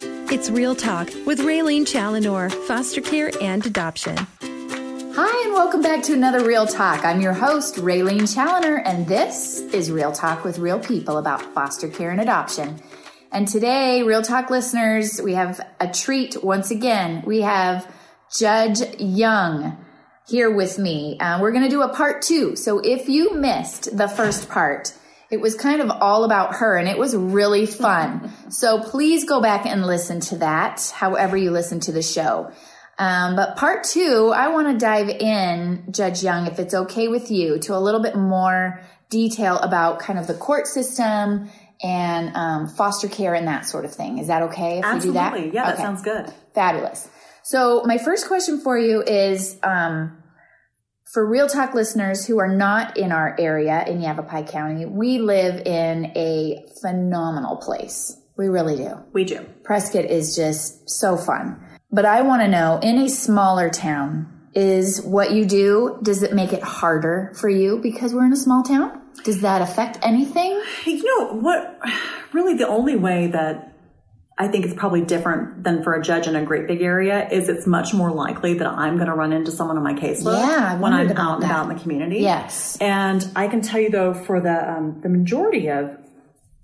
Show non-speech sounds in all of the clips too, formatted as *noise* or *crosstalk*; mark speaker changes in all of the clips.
Speaker 1: It's Real Talk with Raylene Challinor, foster care and adoption.
Speaker 2: Hi, and welcome back to another Real Talk. I'm your host, Raylene Challoner, and this is Real Talk with Real People about foster care and adoption. And today, Real Talk listeners, we have a treat once again. We have Judge Young here with me. Uh, we're going to do a part two. So if you missed the first part, it was kind of all about her and it was really fun. so please go back and listen to that, however you listen to the show. Um, but part two, I want to dive in, Judge Young, if it's okay with you, to a little bit more detail about kind of the court system and um, foster care and that sort of thing. Is that okay if
Speaker 3: Absolutely.
Speaker 2: we do that?
Speaker 3: Yeah, that
Speaker 2: Okay.
Speaker 3: sounds good.
Speaker 2: Fabulous. So my first question for you is um, for Real Talk listeners who are not in our area in Yavapai County, we live in a phenomenal place. We really do.
Speaker 3: We do.
Speaker 2: Prescott is just so fun. But I want to know in a smaller town, is what you do, does it make it harder for you because we're in a small town? Does that affect anything?
Speaker 3: Hey, you know what? *sighs* Really, the only way that I think it's probably different than for a judge in a great big area is it's much more likely that I'm going to run into someone on my caseload
Speaker 2: Yeah, I
Speaker 3: when I'm
Speaker 2: wondered about
Speaker 3: out and
Speaker 2: that.
Speaker 3: about in the community.
Speaker 2: Yes.
Speaker 3: And I can tell you though, for the um, the majority of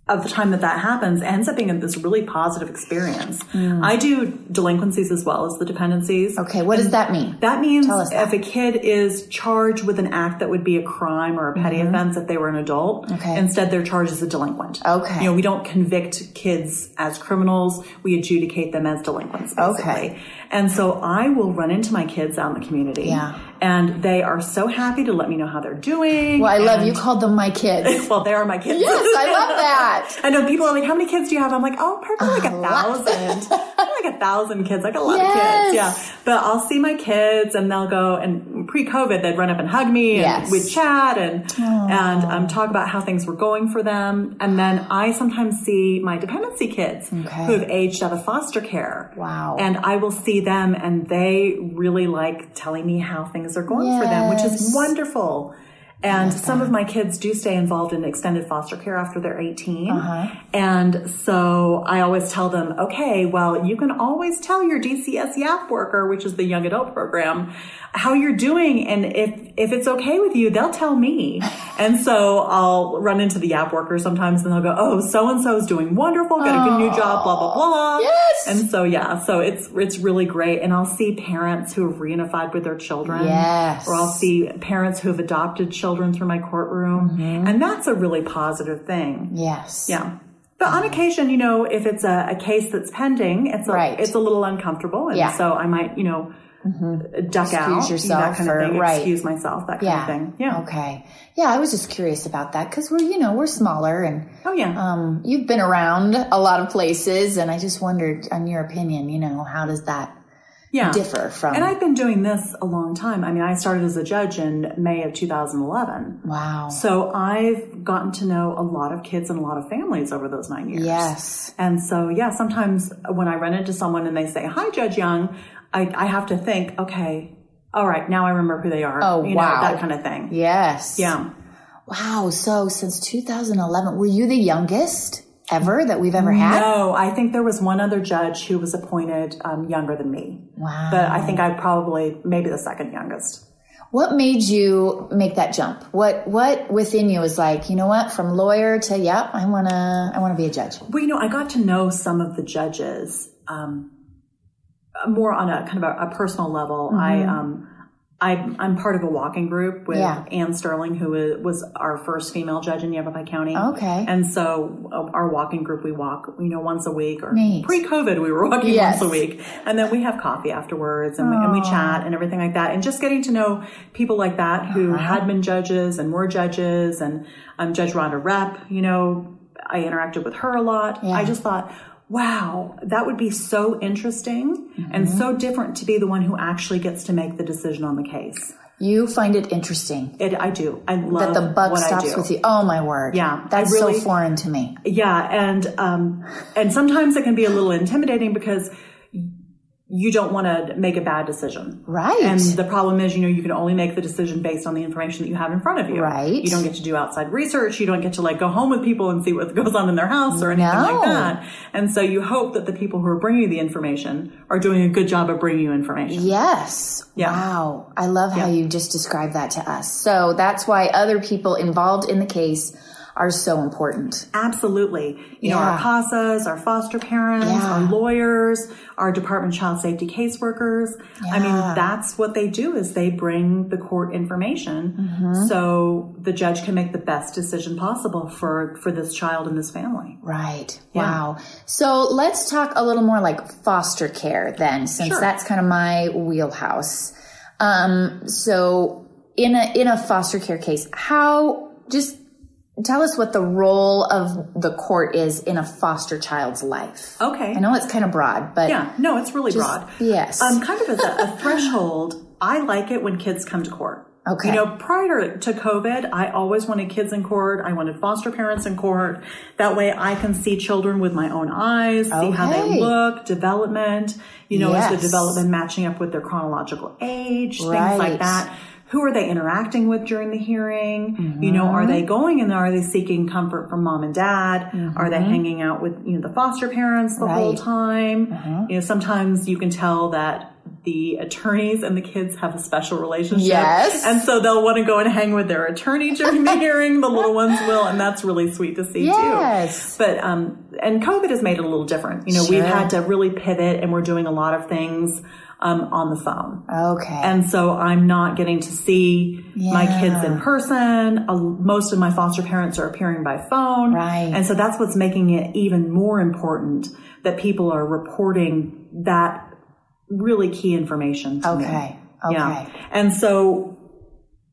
Speaker 3: of the time that that happens, it ends up being this really positive experience. I do delinquencies as well as the dependencies.
Speaker 2: Mm. Okay, what does that mean?
Speaker 3: That means
Speaker 2: us that.
Speaker 3: if a kid is charged with an act that would be a crime or a petty offense if they were an adult,
Speaker 2: Mm-hmm. Okay.
Speaker 3: instead they're charged as a delinquent.
Speaker 2: Okay.
Speaker 3: You know, we don't convict kids as criminals, we adjudicate them as delinquents, basically.
Speaker 2: Okay.
Speaker 3: And so I will run into my kids out in the community.
Speaker 2: Yeah.
Speaker 3: And they are so happy to let me know how they're doing.
Speaker 2: Well, I love you called them my kids.
Speaker 3: *laughs* Well, they are my kids.
Speaker 2: Yes, I
Speaker 3: *laughs*
Speaker 2: love that.
Speaker 3: I know people are like, "How many kids do you have?" I'm like, "Oh, probably like a
Speaker 2: lots.
Speaker 3: thousand. Probably like a thousand kids. I got a lot
Speaker 2: Yes.
Speaker 3: of kids. Yeah." But I'll see my kids, and they'll go. And pre-COVID, they'd run up and hug me, and
Speaker 2: Yes.
Speaker 3: we'd chat and and um, talk about how things were going for them. And then I sometimes see my dependency kids
Speaker 2: Okay.
Speaker 3: who have aged out of foster care.
Speaker 2: Wow.
Speaker 3: And I will see them, and they really like telling me how things are going for them, which
Speaker 2: Yes.
Speaker 3: is wonderful. And some of my kids do stay involved in extended foster care after they're 18.
Speaker 2: Uh-huh.
Speaker 3: And so I always tell them, okay, well, you can always tell your DCS YAP worker, which is the young adult program, how you're doing. And if, if it's okay with you, they'll
Speaker 2: *laughs*
Speaker 3: tell me. and so I'll run into the YAP worker sometimes and they'll go, oh, so and so's doing wonderful, got a good new job, blah, blah, blah.
Speaker 2: Yes.
Speaker 3: And so yeah, so it's it's really great, and I'll see parents who have reunified with their children.
Speaker 2: Yes.
Speaker 3: Or I'll see parents who have adopted children through my courtroom,
Speaker 2: Mm-hmm.
Speaker 3: and that's a really positive thing.
Speaker 2: Yes.
Speaker 3: Yeah. But
Speaker 2: Mm-hmm.
Speaker 3: on occasion, you know, if it's a, a case that's pending, it's a,
Speaker 2: Right.
Speaker 3: it's a little uncomfortable, and
Speaker 2: Yeah. Mm-hmm.
Speaker 3: so I might, you know, duck out, you know,
Speaker 2: yourself
Speaker 3: that kind
Speaker 2: or-
Speaker 3: of thing,
Speaker 2: right.
Speaker 3: excuse myself, that kind
Speaker 2: Yeah.
Speaker 3: of thing. Yeah.
Speaker 2: Okay. Yeah, I was just curious about that because we're, you know, we're smaller and
Speaker 3: Oh yeah.
Speaker 2: um, you've been around a lot of places, and I just wondered, on your opinion, you know, how does that
Speaker 3: yeah.
Speaker 2: differ from?
Speaker 3: And I've been doing this a long time. I mean, I started as a judge in May of 2011.
Speaker 2: wow.
Speaker 3: So I've gotten to know a lot of kids and a lot of families over those nine years.
Speaker 2: Yes.
Speaker 3: And so, yeah, sometimes when I run into someone and they say, Hi, Judge Young, I, I have to think, okay, all right, now I remember who they are.
Speaker 2: Oh,
Speaker 3: you
Speaker 2: wow.
Speaker 3: Know, that kind of thing.
Speaker 2: Yes.
Speaker 3: Yeah.
Speaker 2: Wow. So since 2011, were you the youngest ever that we've ever had?
Speaker 3: No, I think there was one other judge who was appointed um, younger than me.
Speaker 2: Wow.
Speaker 3: But I think I probably, maybe the second youngest.
Speaker 2: What made you make that jump? What What within you is like, you know what? From lawyer to, yep, I wanna, I wanna be a judge.
Speaker 3: Well, you know, I got to know some of the judges um, more on a kind of a, a personal level.
Speaker 2: Mm-hmm.
Speaker 3: I, um, I, I'm part of a walking group with
Speaker 2: Yeah.
Speaker 3: Ann Sterling, who wa- was our first female judge in Yavapai County.
Speaker 2: Okay.
Speaker 3: And so uh, our walking group, we walk, you know, once a week or
Speaker 2: Neat.
Speaker 3: pre-COVID, we were walking
Speaker 2: Yes.
Speaker 3: once a week. And then we have coffee afterwards and we, and we chat and everything like that. And just getting to know people like that who
Speaker 2: Uh-huh.
Speaker 3: had been judges and were judges and um, Judge Rhonda Rep, you know, I interacted with her a lot. I just thought, wow, that would be so interesting and
Speaker 2: Mm-hmm.
Speaker 3: so different to be the one who actually gets to make the decision on the case.
Speaker 2: You find it interesting
Speaker 3: It, I do. I
Speaker 2: that
Speaker 3: love
Speaker 2: the buck
Speaker 3: Um, what I
Speaker 2: stops
Speaker 3: do.
Speaker 2: with you. Oh my word.
Speaker 3: Yeah, I
Speaker 2: That's
Speaker 3: really-
Speaker 2: so foreign to me.
Speaker 3: Yeah, and um, and sometimes it can be a little intimidating because you don't want to make a bad decision.
Speaker 2: Right.
Speaker 3: And the problem is, you know, you can only make the decision based on the information that you have in front of you.
Speaker 2: Right.
Speaker 3: You don't get to do outside research. You don't get to like go home with people and see what goes on in their house or anything
Speaker 2: No.
Speaker 3: like that. And so you hope that the people who are bringing you the information are doing a good job of bringing you information.
Speaker 2: Yes.
Speaker 3: Yeah.
Speaker 2: Wow. I love how you just described that to us. So that's why other people involved in the case are so important.
Speaker 3: Absolutely. You know,
Speaker 2: Yeah.
Speaker 3: our CASAs, our foster parents,
Speaker 2: Yeah.
Speaker 3: our lawyers, our Department of Child Safety caseworkers. I mean, that's what they do is they bring the court information
Speaker 2: Mm-hmm.
Speaker 3: so the judge can make the best decision possible for, for this child and this family.
Speaker 2: Right. Wow. So let's talk a little more like foster care then, since that's kind of my wheelhouse. Um, so in a, in a foster care case, how just tell us what the role of the court is in a foster child's life.
Speaker 3: Okay.
Speaker 2: I know it's kind of broad, but
Speaker 3: Yeah. No, it's really broad.
Speaker 2: yes.
Speaker 3: Um, kind of as a,
Speaker 2: *laughs*
Speaker 3: a threshold, I like it when kids come to court.
Speaker 2: Okay.
Speaker 3: You know, prior to COVID, I always wanted kids in court. I wanted foster parents in court. That way I can see children with my own eyes, see how
Speaker 2: Okay.
Speaker 3: they look, development, you know, is
Speaker 2: Yes.
Speaker 3: the development matching up with their chronological age, things
Speaker 2: Right.
Speaker 3: like that. Who are they interacting with during the hearing? You know,
Speaker 2: Mm-hmm.
Speaker 3: are they going in there? Are they seeking comfort from mom and dad? Are they hanging out with, you know, the foster parents the whole
Speaker 2: Mm-hmm. Right. Uh-huh.
Speaker 3: time? You know, sometimes you can tell that the attorneys and the kids have a special relationship.
Speaker 2: Yes.
Speaker 3: And so they'll want to go and hang with their attorney
Speaker 2: *laughs*
Speaker 3: during the hearing. The little ones will, and that's really sweet to see
Speaker 2: Yes.
Speaker 3: too. But um, and COVID has made it a little different. You know,
Speaker 2: Sure.
Speaker 3: we've had to really pivot, and we're doing a lot of things um, on the phone.
Speaker 2: okay.
Speaker 3: And so I'm not getting to see my kids in person. Uh, most of my foster parents are appearing by phone.
Speaker 2: Right.
Speaker 3: And so that's what's making it even more important that people are reporting that really key information to me.
Speaker 2: okay. Okay.
Speaker 3: Yeah. And so,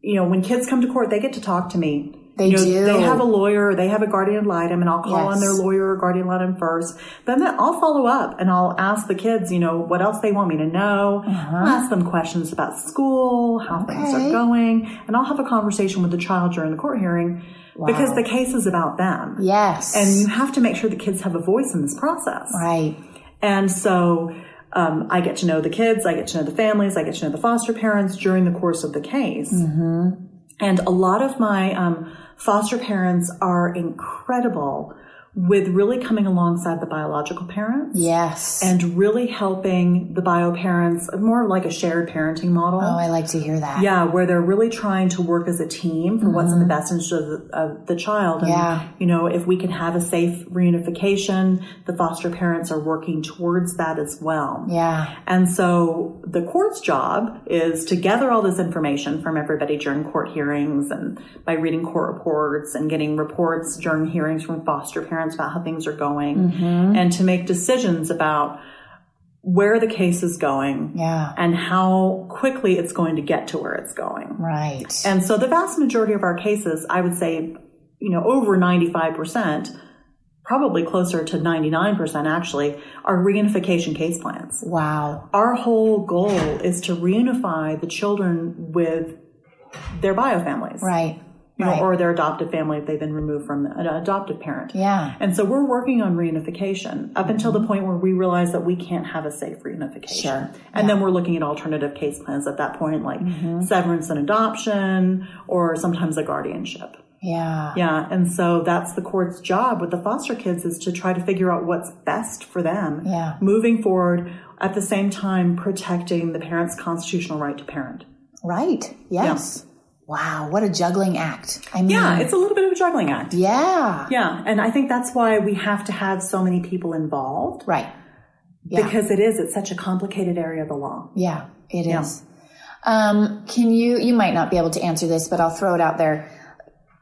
Speaker 3: you know, when kids come to court, they get to talk to me.
Speaker 2: They
Speaker 3: you know,
Speaker 2: do.
Speaker 3: They have a lawyer. They have a guardian ad litem, and I'll call on their
Speaker 2: Yes.
Speaker 3: lawyer or guardian ad litem first. Then that- I'll follow up and I'll ask the kids, you know, what else they want me to know. I'll ask them questions about school, how things
Speaker 2: Uh-huh. Okay.
Speaker 3: are going, and I'll have a conversation with the child during the court hearing because the case is about them.
Speaker 2: Yes.
Speaker 3: And you have to make sure the kids have a voice in this process.
Speaker 2: right.
Speaker 3: And so um, I get to know the kids, I get to know the families, I get to know the foster parents during the course of the case.
Speaker 2: Mm-hmm.
Speaker 3: And a lot of my um, foster parents are incredible with really coming alongside the biological parents.
Speaker 2: Yes.
Speaker 3: And really helping the bio parents, more like a shared parenting model.
Speaker 2: oh, I like to hear that.
Speaker 3: Yeah, where they're really trying to work as a team for what's in the best interest of the, of the child. And,
Speaker 2: Mm-hmm. Yeah.
Speaker 3: you know, if we can have a safe reunification, the foster parents are working towards that as well.
Speaker 2: Yeah.
Speaker 3: And so the court's job is to gather all this information from everybody during court hearings and by reading court reports and getting reports during hearings from foster parents about how things are going
Speaker 2: Mm-hmm.
Speaker 3: and to make decisions about where the case is going
Speaker 2: Yeah.
Speaker 3: and how quickly it's going to get to where it's going.
Speaker 2: Right.
Speaker 3: And so the vast majority of our cases, I would say, you know, over 95%, probably closer to 99% actually, are reunification case plans.
Speaker 2: wow.
Speaker 3: Our whole goal is to reunify the children with their bio families.
Speaker 2: Right.
Speaker 3: You know,
Speaker 2: Right.
Speaker 3: or their adoptive family if they've been removed from an adoptive parent.
Speaker 2: Yeah.
Speaker 3: And so we're working on reunification up until the point where we realize that we can't have a safe reunification.
Speaker 2: Mm-hmm. Sure.
Speaker 3: And then we're looking at alternative case plans at that point, like
Speaker 2: Mm-hmm.
Speaker 3: severance and adoption, or sometimes a guardianship.
Speaker 2: Yeah.
Speaker 3: Yeah. And so that's the court's job with the foster kids is to try to figure out what's best for them
Speaker 2: Yeah.
Speaker 3: moving forward at the same time protecting the parent's constitutional right to parent.
Speaker 2: Mm-hmm. Right. Yes. Wow. What a juggling act. I mean,
Speaker 3: Yeah. It's a little bit of a juggling act.
Speaker 2: yeah.
Speaker 3: Yeah. And I think that's why we have to have so many people involved.
Speaker 2: Right. Yeah.
Speaker 3: because it is it's such a complicated area of the law
Speaker 2: Yeah, it is. Um, can you, you might not be able to answer this, but I'll throw it out there.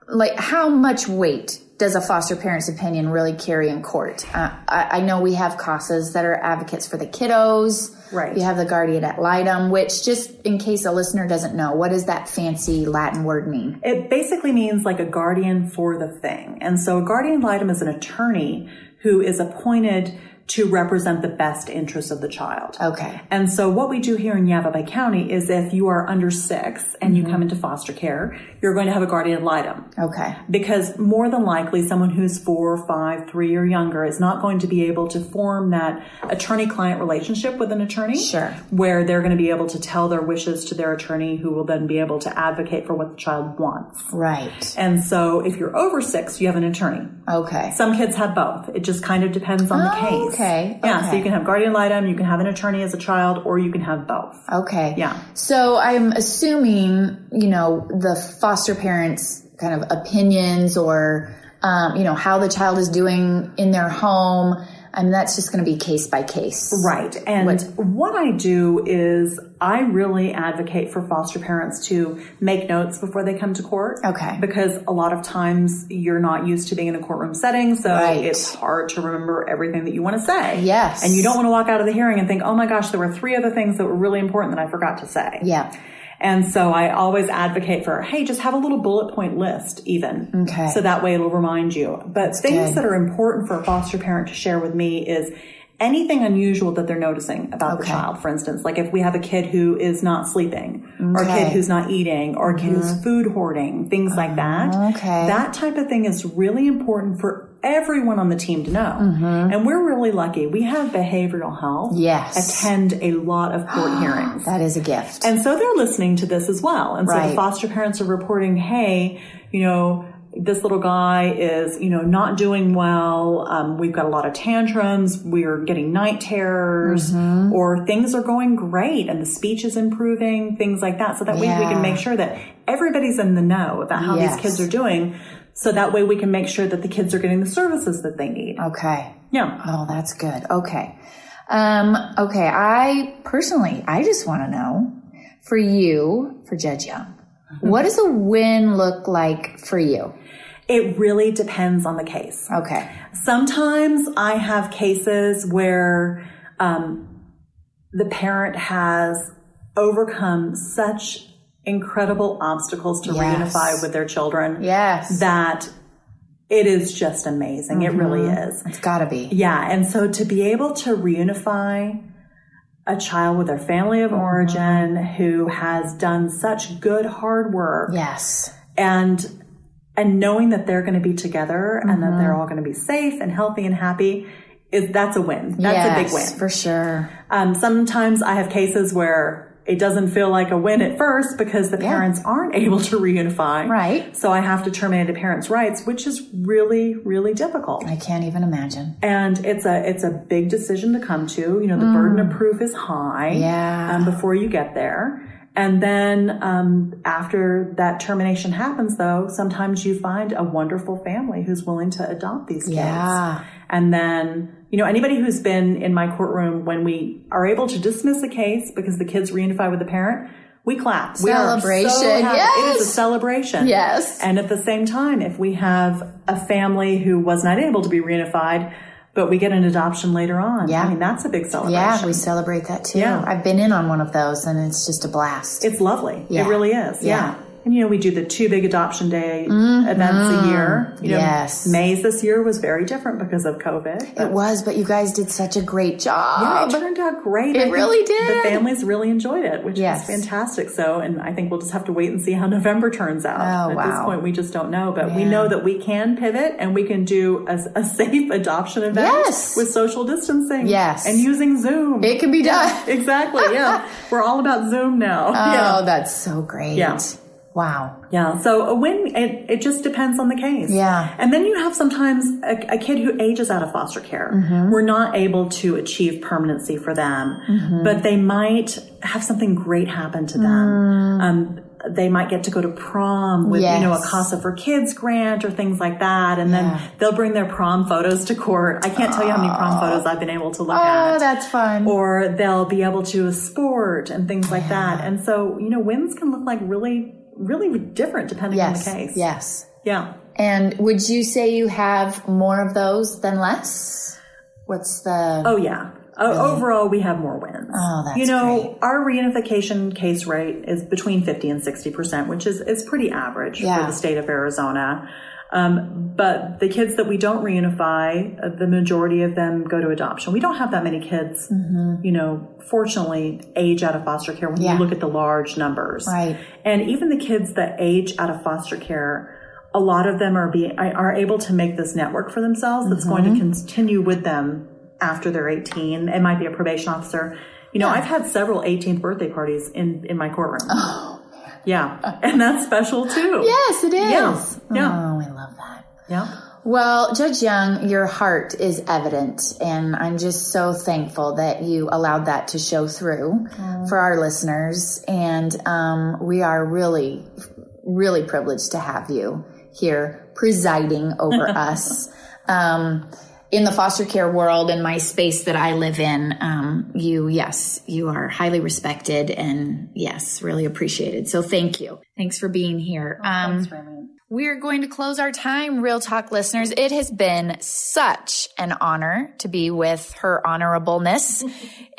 Speaker 2: Like, how much weight does a foster parent's opinion really carry in court? Uh, I, I know we have CASAs that are advocates for the kiddos.
Speaker 3: Right.
Speaker 2: You have the guardian ad litem, which just in case a listener doesn't know, what does that fancy Latin word mean?
Speaker 3: it basically means like a guardian for the thing and so a guardian ad litem is an attorney who is appointed to represent the best interests of the child.
Speaker 2: Okay.
Speaker 3: And so what we do here in Yavapai County is if you are under six and
Speaker 2: Mm-hmm.
Speaker 3: you come into foster care, you're going to have a guardian ad litem.
Speaker 2: Okay.
Speaker 3: Because more than likely, someone who's four, five, three, or younger is not going to be able to form that attorney client relationship with an attorney.
Speaker 2: Sure.
Speaker 3: Where they're going to be able to tell their wishes to their attorney, who will then be able to advocate for what the child wants.
Speaker 2: Right.
Speaker 3: And so if you're over six, you have an attorney.
Speaker 2: Okay.
Speaker 3: Some kids have both. It just kind of depends on the
Speaker 2: Oh,
Speaker 3: case.
Speaker 2: okay,
Speaker 3: Yeah. So
Speaker 2: okay.
Speaker 3: you can have guardian ad litem, you can have an attorney as a child, or you can have both.
Speaker 2: Okay.
Speaker 3: Yeah.
Speaker 2: So I'm assuming, you know, the foster parents kind of opinions or, um, you know, how the child is doing in their home. I mean, that's just going to be case by case.
Speaker 3: Right. And what I do is I really advocate for foster parents to make notes before they come to court.
Speaker 2: Okay.
Speaker 3: Because a lot of times you're not used to being in a courtroom setting, so
Speaker 2: Right.
Speaker 3: it's hard to remember everything that you want to say.
Speaker 2: Yes.
Speaker 3: And you don't want to walk out of the hearing and think, oh my gosh, there were three other things that were really important that I forgot to say.
Speaker 2: Yeah.
Speaker 3: And so I always advocate for, hey, just have a little bullet point list even.
Speaker 2: Okay.
Speaker 3: So that way it'll remind you. But things
Speaker 2: good.
Speaker 3: that are important for a foster parent to share with me is anything unusual that they're noticing about the
Speaker 2: Okay.
Speaker 3: child. For instance, like if we have a kid who is not sleeping or a
Speaker 2: Okay. Mm-hmm.
Speaker 3: kid who's not eating or a kid who's food hoarding, things like that.
Speaker 2: okay.
Speaker 3: That type of thing is really important for everyone on the team to know.
Speaker 2: Mm-hmm.
Speaker 3: And we're really lucky. We have behavioral health
Speaker 2: Yes.
Speaker 3: attend a lot of
Speaker 2: *gasps*
Speaker 3: court hearings.
Speaker 2: That is a gift.
Speaker 3: And so they're listening to this as well. And so
Speaker 2: Right.
Speaker 3: the foster parents are reporting, hey, you know, this little guy is, you know, not doing well. Um, we've got a lot of tantrums. We're getting night terrors,
Speaker 2: Mm-hmm.
Speaker 3: or things are going great and the speech is improving, things like that. So that way we
Speaker 2: Yeah.
Speaker 3: can make sure that everybody's in the know about how
Speaker 2: Yes.
Speaker 3: these kids are doing. So that way we can make sure that the kids are getting the services that they need.
Speaker 2: Uh, okay.
Speaker 3: Yeah.
Speaker 2: Oh, that's good. Okay. Um, okay. I personally, I just want to know for you, for Judge Young,
Speaker 3: Mm-hmm.
Speaker 2: what does a win look like for you?
Speaker 3: It really depends on the case.
Speaker 2: Okay.
Speaker 3: Sometimes I have cases where um, the parent has overcome such incredible obstacles to
Speaker 2: Yes.
Speaker 3: reunify with their children
Speaker 2: Yes.
Speaker 3: that it is just amazing. It really is.
Speaker 2: it's got to be.
Speaker 3: Yeah, and so to be able to reunify a child with their family
Speaker 2: Mm-hmm.
Speaker 3: of origin who has done such good hard work
Speaker 2: Yes.
Speaker 3: and and knowing that they're going to be together and that
Speaker 2: Mm-hmm.
Speaker 3: they're all going to be safe and healthy and happy is that's a win. That's a big
Speaker 2: Yes,
Speaker 3: win.
Speaker 2: For sure.
Speaker 3: Um, sometimes I have cases where it doesn't feel like a win at first because the parents aren't *laughs* able to reunify.
Speaker 2: Right.
Speaker 3: So I have to terminate a parent's rights, which is really, really difficult.
Speaker 2: I can't even imagine.
Speaker 3: And it's a it's a big decision to come to. You know, the burden of proof is high
Speaker 2: Mm. Yeah.
Speaker 3: um, before you get there. And then um, after that termination happens, though, sometimes you find a wonderful family who's willing to adopt these kids.
Speaker 2: Yeah.
Speaker 3: And then, you know, anybody who's been in my courtroom when we are able to dismiss a case because the kids reunify with the parent, we clap. We are so
Speaker 2: Celebration.
Speaker 3: happy. It is a
Speaker 2: Yes.
Speaker 3: celebration.
Speaker 2: Yes.
Speaker 3: And at the same time, if we have a family who was not able to be reunified, but we get an adoption later on,
Speaker 2: Yeah.
Speaker 3: I mean, that's a big celebration.
Speaker 2: Yeah, we celebrate that too.
Speaker 3: Yeah.
Speaker 2: I've been in on one of those and it's just a blast.
Speaker 3: It's lovely.
Speaker 2: Yeah.
Speaker 3: It really is.
Speaker 2: Yeah. Mm-hmm.
Speaker 3: Yeah. And you know, we do the two big adoption day events a year. You know,
Speaker 2: Yes.
Speaker 3: May's this year was very different because of COVID. but-
Speaker 2: it was, but you guys did such a great
Speaker 3: Yeah,
Speaker 2: job.
Speaker 3: Oh, it turned out great. I think
Speaker 2: really did.
Speaker 3: The families really enjoyed it, which
Speaker 2: Yes.
Speaker 3: is fantastic. So, and I think we'll just have to wait and see how *laughs* November turns out.
Speaker 2: Oh,
Speaker 3: At
Speaker 2: wow.
Speaker 3: this point, we just don't know, but we know that we can pivot and we can do a, a *laughs* safe adoption event
Speaker 2: Yes.
Speaker 3: with social distancing.
Speaker 2: Yes.
Speaker 3: And using Zoom.
Speaker 2: It can be done.
Speaker 3: exactly.
Speaker 2: *laughs*
Speaker 3: Yeah. We're all about Zoom now. *laughs* yeah.
Speaker 2: Oh, that's so great.
Speaker 3: Yeah.
Speaker 2: Wow.
Speaker 3: Yeah. So a win, it, it just depends on the case.
Speaker 2: Yeah.
Speaker 3: And then you have sometimes a, a kid who ages out of foster care.
Speaker 2: Mm-hmm.
Speaker 3: We're not able to achieve permanency for them,
Speaker 2: Mm-hmm.
Speaker 3: but they might have something great happen to them. Um, they might get to go to prom with, you know, a
Speaker 2: Mm. Yes.
Speaker 3: CASA for Kids grant or things like that. And then
Speaker 2: Yeah.
Speaker 3: they'll bring their prom photos to court. I can't tell you how many prom photos I've been able to look at
Speaker 2: Oh, that's fun.
Speaker 3: or they'll be able to sport and things like that. And so, you know, wins can look like really, really different depending
Speaker 2: yes.
Speaker 3: on the case.
Speaker 2: Yes.
Speaker 3: Yeah.
Speaker 2: And would you say you have more of those than less? What's the
Speaker 3: Oh, yeah. O- Overall, we have more wins.
Speaker 2: Oh, that's
Speaker 3: you know,
Speaker 2: great.
Speaker 3: our reunification case rate is between 50 and 60%, which is, is pretty average
Speaker 2: Yeah.
Speaker 3: for the state of Arizona. Um, but the kids that we don't reunify, uh, the majority of them go to adoption. We don't have that many kids,
Speaker 2: Mm-hmm.
Speaker 3: you know, fortunately, age out of foster care when
Speaker 2: Yeah.
Speaker 3: you look at the large numbers.
Speaker 2: Right.
Speaker 3: And even the kids that age out of foster care, a lot of them are being are able to make this network for themselves that's
Speaker 2: Mm-hmm.
Speaker 3: going to continue with them after they're 18. It might be a probation officer. You know, I've had several 18th birthday parties in in my courtroom.
Speaker 2: Oh.
Speaker 3: yeah, and that's special too.
Speaker 2: Yes, it is.
Speaker 3: Yeah. Yeah.
Speaker 2: Oh, I love that.
Speaker 3: Yeah.
Speaker 2: Well, Judge Young, your heart is evident, and I'm just so thankful that you allowed that to show through for our listeners. And um, we are really, really privileged to have you here presiding over us. Um, in the foster care world, in my space that I live in, um, you, yes, you are highly respected and yes, really appreciated. So thank you. Thanks for being here. Um, we're going to close our time, Real Talk listeners. It has been such an honor to be with Her Honorableness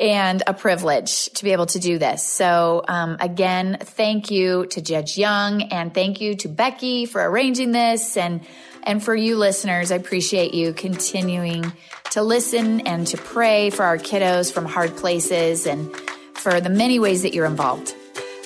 Speaker 2: and a privilege to be able to do this. So, um, again, thank you to Judge Young and thank you to Becky for arranging this. And, and for you listeners, I appreciate you continuing to listen and to pray for our kiddos from hard places and for the many ways that you're involved.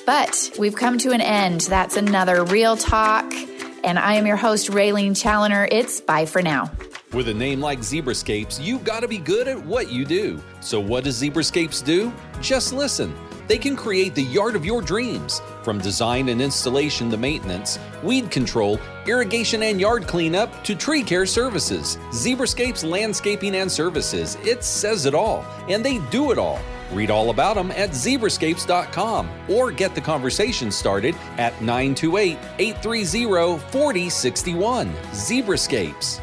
Speaker 2: But we've come to an end. That's another Real Talk. And I am your host, Raylene Challoner. It's bye for now.
Speaker 4: With a name like Zebrascapes, you gotta be good at what you do. So, what does Zebrascapes do? Just listen. They can create the yard of your dreams. From design and installation to maintenance, weed control, irrigation and yard cleanup, to tree care services. Zebrascapes Landscaping and Services. It says it all, and they do it all. Read all about them at zebrascapes.com or get the conversation started at 928 830 4061. Zebrascapes.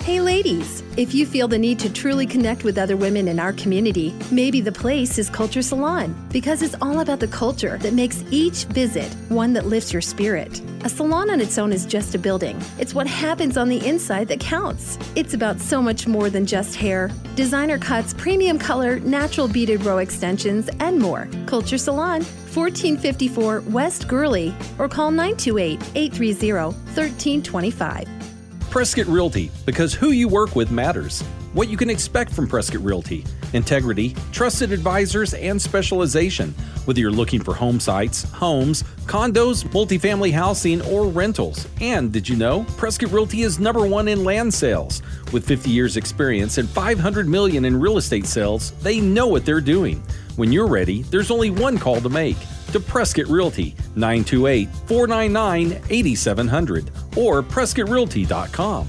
Speaker 1: Hey, ladies, if you feel the need to truly connect with other women in our community, maybe the place is Culture Salon because it's all about the culture that makes each visit one that lifts your spirit. A salon on its own is just a building, it's what happens on the inside that counts. It's about so much more than just hair designer cuts, premium color, natural beaded row extensions, and more. Culture Salon, 1454 West Gurley, or call 928 830 1325.
Speaker 4: Prescott Realty, because who you work with matters. What you can expect from Prescott Realty integrity, trusted advisors, and specialization. Whether you're looking for home sites, homes, condos, multifamily housing, or rentals. And did you know? Prescott Realty is number one in land sales. With 50 years' experience and 500 million in real estate sales, they know what they're doing. When you're ready, there's only one call to make to Prescott Realty, 928 499 8700 or prescottrealty.com.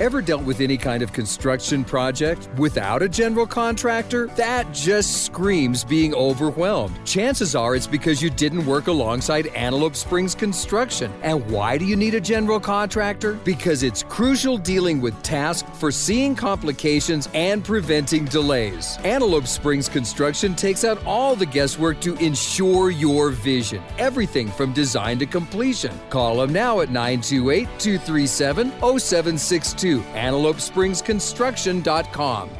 Speaker 5: Ever dealt with any kind of construction project without a general contractor? That just screams being overwhelmed. Chances are it's because you didn't work alongside Antelope Springs Construction. And why do you need a general contractor? Because it's crucial dealing with tasks, foreseeing complications, and preventing delays. Antelope Springs Construction takes out all the guesswork to ensure your vision. Everything from design to completion. Call them now at oh 928 237 0762, AntelopeSpringsConstruction.com.